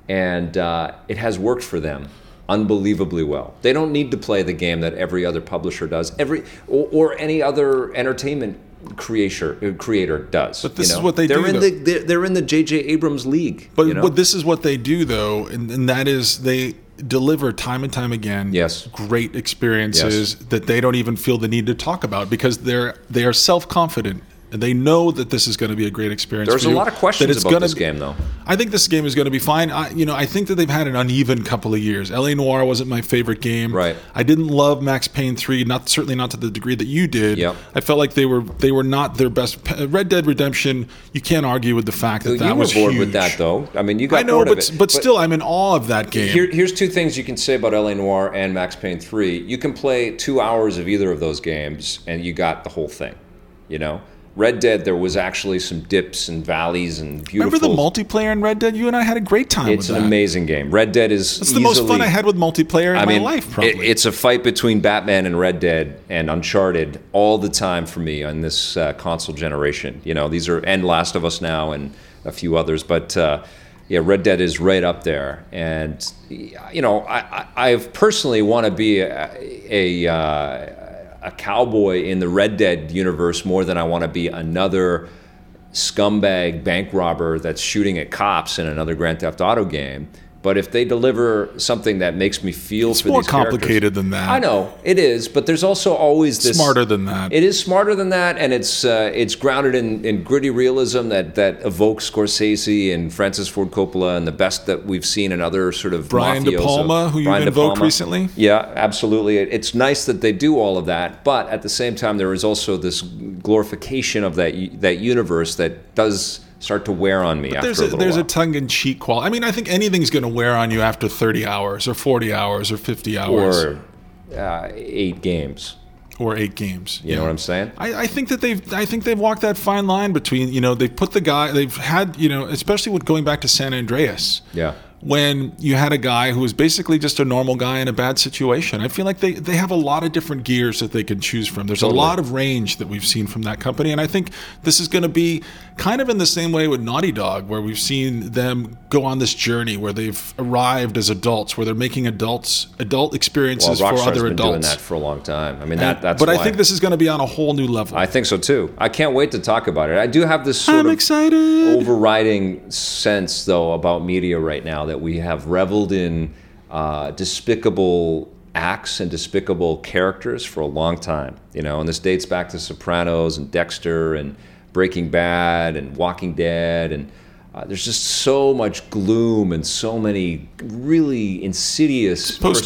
And uh, it has worked for them unbelievably well. They don't need to play the game that every other publisher does, every or, or any other entertainment creator uh, creator does. But
this is what they
they're
do,
In
though.
the, they're, they're in the J.J. Abrams league.
But
you know?
what this is what they do though, and, and that is they deliver time and time again
Yes.
great experiences that they don't even feel the need to talk about because they're they are self confident and they know that this is going to be a great experience.
There's
for
a
you,
lot of
that
questions
it's
about
gonna
this
be-
game, though.
I think this game is going to be fine. I, you know, I think that they've had an uneven couple of years. L.A. Noir wasn't my favorite game.
Right.
I didn't love Max Payne three, not certainly not to the degree that you did.
Yep.
I felt like they were they were not their best. Red Dead Redemption. You can't argue with the fact that that
you were
was
bored
huge.
with that, though. I mean, you got
I know,
bored
but,
of it.
but still, I'm in awe of that game.
Here, here's two things you can say about LA Noir and Max Payne 3. You can play two hours of either of those games and you got the whole thing. You know? Red Dead, there was actually some dips and valleys and beautiful.
Remember the multiplayer in Red Dead? You and I had a great time.
It's
with
an
that.
amazing game. Red Dead is
It's the most fun I had with multiplayer in
I mean,
my life,
it-
probably.
it's a fight between Batman and Red Dead and Uncharted all the time for me on this uh, console generation. You know, these are and Last of Us now and a few others, but uh, yeah, Red Dead is right up there. And you know, I, I I've personally want to be a, a uh, a cowboy in the Red Dead universe more than I want to be another scumbag bank robber that's shooting at cops in another Grand Theft Auto game. But if they deliver something that makes me feel
It's
for
more
these characters-
complicated than that.
I know it is, but there's also always this
Smarter than that.
It is smarter than that, and it's uh, it's grounded in, in gritty realism that that evokes Scorsese and Francis Ford Coppola and the best that we've seen in other sort of
Brian De
mafioso.
Palma, who you've
Brian De
invoked
Palma.
recently?
Yeah, absolutely. It- It's nice that they do all of that, but at the same time, there is also this glorification of that u- that universe that does start to wear on me after
there's
a
a,
little
there's
while.
a tongue-in-cheek quality. I mean, I think anything's going to wear on you after 30 hours or 40 hours or 50 hours or,
or uh, eight games.
eight games.
You know what I'm saying?
I, I think that they've I think they've walked that fine line between you know they've put the guy they've had you know especially with going back to San Andreas
Yeah.
when you had a guy who was basically just a normal guy in a bad situation I feel like they they have a lot of different gears that they can choose from there's a lot of range that we've seen from that company and I think this is going to be kind of in the same way with Naughty Dog where we've seen them go on this journey where they've arrived as adults where they're making adults adult
Well,
experiences
Rockstar's
for other
been doing
adults
that for a long time. I mean, that, that's
but
why.
I think this is going to be on a whole new level.
I think so too. I can't wait to talk about it. I do have this sort
I'm
of
excited.
overriding sense, though, about media right now that we have reveled in uh, despicable acts and despicable characters for a long time. You know, and this dates back to Sopranos and Dexter and Breaking Bad and Walking Dead and. Uh, there's just so much gloom and so many really insidious.
post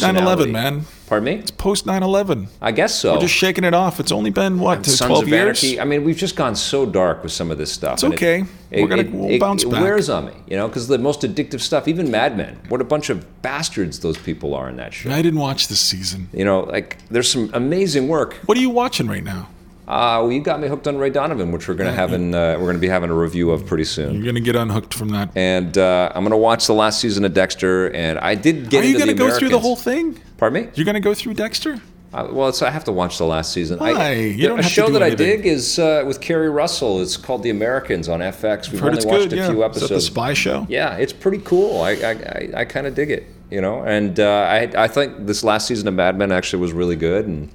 personality-
9/11, man.
Pardon me.
Post 9/11,
I guess so.
just shaking it off. It's only been what
Sons
12
of
years.
Anarchy. I mean, we've just gone so dark with some of this stuff. It's
okay. We're gonna- we'll bounce
it
back.
wears on me, you know, because the most addictive stuff, even Mad Men, what a bunch of bastards those people are in that show.
I didn't watch this season.
You know, like there's some amazing work.
What are you watching right now?
Uh, well, you got me hooked on Ray Donovan, which we're gonna have in, uh, we're gonna be having a review of pretty soon.
You're gonna get unhooked from that.
And uh, I'm gonna watch the last season of Dexter. And I did get
Are
into
you gonna
the
go through the
Americans.
whole thing?
Pardon me.
You're gonna go through Dexter?
Uh, well, it's, I have to watch the last season.
Why?
I,
You
the-
don't
a
have to
show
do
that I
anything.
dig is uh, with Kerry Russell. It's called The Americans on FX. We've
Heard
only
it's
watched
good.
a
yeah.
few
Is that the
episodes.
spy show?
yeah, it's pretty cool. I I, I, I kind of dig it, you know. And uh, I I think this last season of Mad Men actually was really good, and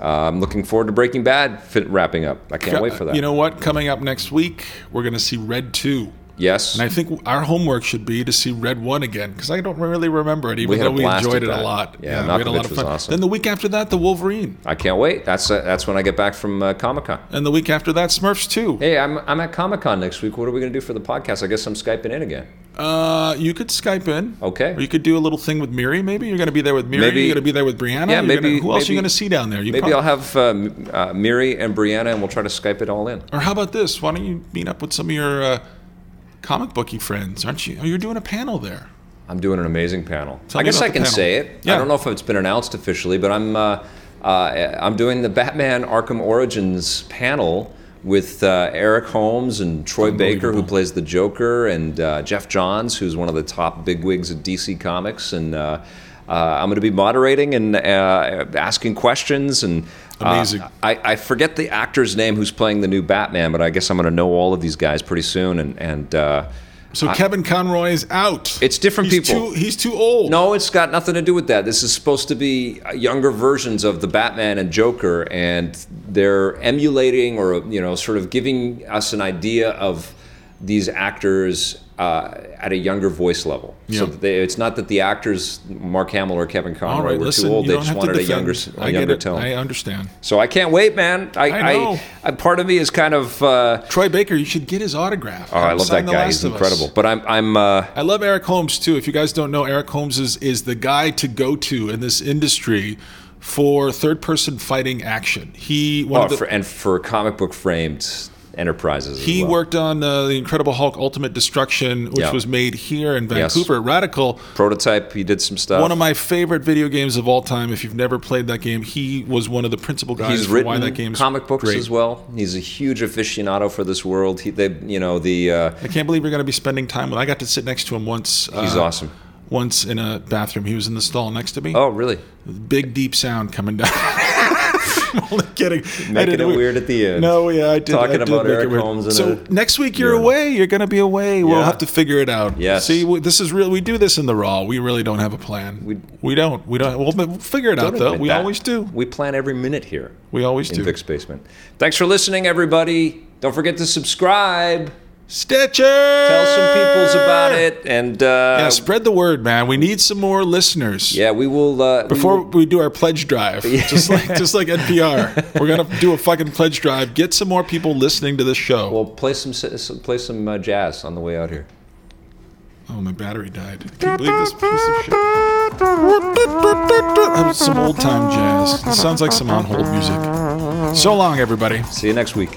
uh, I'm looking forward to Breaking Bad fit, wrapping up. I can't wait for that.
You know what? Coming up next week, we're gonna see Red Two.
yes,
And I think our homework should be to see Red One again because I don't really remember it, even
We had a
though we
blast
enjoyed
at
it a
that.
lot.
Yeah,
we had a lot
Malkovich
of
was
fun.
awesome.
Then the week after that, the Wolverine,
I can't wait. That's uh, that's when I get back from uh, Comic Con.
and the week after that, Smurfs Two.
Hey, I'm I'm at Comic Con next week. What are we gonna do for the podcast? I guess I'm skyping in again.
Uh, you could Skype in.
Okay.
Or you could do a little thing with Miri. Maybe you're going to be there with Miri.
Maybe-
you're going to be there with Brianna.
Yeah,
You're
maybe-
Gonna, who else are you
maybe-
going to see down there? You
Maybe
prob-
I'll have uh, M- uh, Miri and Brianna, and we'll try to Skype it all in.
Or how about this? Why don't you meet up with some of your uh, comic booky friends? Aren't you? Oh, you're doing a panel there.
I'm doing an amazing panel.
Tell
I
me
guess
about
I
the
can
panel.
say it.
Yeah.
I don't know if it's been announced officially, but I'm uh, uh, I'm doing the Batman Arkham Origins panel with uh, Eric Holmes and Troy Baker, who plays the Joker, and uh, Jeff Johns, who's one of the top bigwigs at DC Comics, and. Uh, uh, I'm going to be moderating and uh, asking questions, and uh,
Amazing.
I, I forget the actor's name who's playing the new Batman, but I guess I'm going to know all of these guys pretty soon. And, and uh,
So Kevin Conroy is out.
It's different
he's
people.
Too, he's too old.
No, it's got nothing to do with that. This is supposed to be younger versions of the Batman and Joker, and they're emulating or you know, sort of giving us an idea of these actors uh, at a younger voice level. So
Yeah.
that they, it's not that the actors Mark Hamill or Kevin Conroy
All right,
were
listen.
too old;
you
they
don't
just
have to
wanted a
defend.
younger,
I
a
get
younger
it.
tone.
I understand.
so I can't wait, man. I,
I know.
I- part of me is kind of. Uh,
Troy Baker, you should get his autograph.
oh, I love that guy. He's incredible. But I'm, I'm. Uh,
I love Eric Holmes too. If you guys don't know, Eric Holmes is, is the guy to go to in this industry for third person fighting action. He one
oh,
of the,
for, and for comic book framed enterprises. as
he
well.
worked on uh, the Incredible Hulk Ultimate Destruction, which
Yeah.
was made here in
Yes.
Vancouver. Radical,
prototype. He did some stuff.
one of my favorite video games of all time. If you've never played that game, he was one of the principal guys
He's
for
written
why that game's
comic books
great.
as well. He's a huge aficionado for this world. He, they, you know, the uh,
I can't believe you're going to be spending time with. I got to sit next to him once.
he's
uh,
awesome.
Once in a bathroom, he was in the stall next to me.
Oh, really?
big deep sound coming down. I'm only kidding. I
Making it
didn't-
weird at the end.
No, yeah, I did.
Talking
I did
about
make
Eric
it weird.
Holmes and
so
a-
next week you're
Yeah.
away. You're going to be away. We'll
Yeah.
have to figure it out.
Yes.
See, we, this is real. We do this in the raw. We really don't have a plan. We, we don't. We don't. We'll, we'll figure it out
Don't
though.
admit
We
that.
always do.
We plan every minute here
We always
in
do.
Vic's basement. Thanks for listening, everybody. Don't forget to subscribe.
Stitcher.
Tell some peoples about it, and uh,
Yeah, spread the word, man. We need some more listeners.
yeah, we will. Uh, we
Before
will-
we do our pledge drive, just like just like NPR, we're gonna do a fucking pledge drive. Get some more people listening to this show.
we'll play some s- some- play some uh, jazz on the way out here.
Oh, my battery died. I can't believe this piece of shit. That was some old time jazz. It sounds like some on hold music. So long, everybody.
See you next week.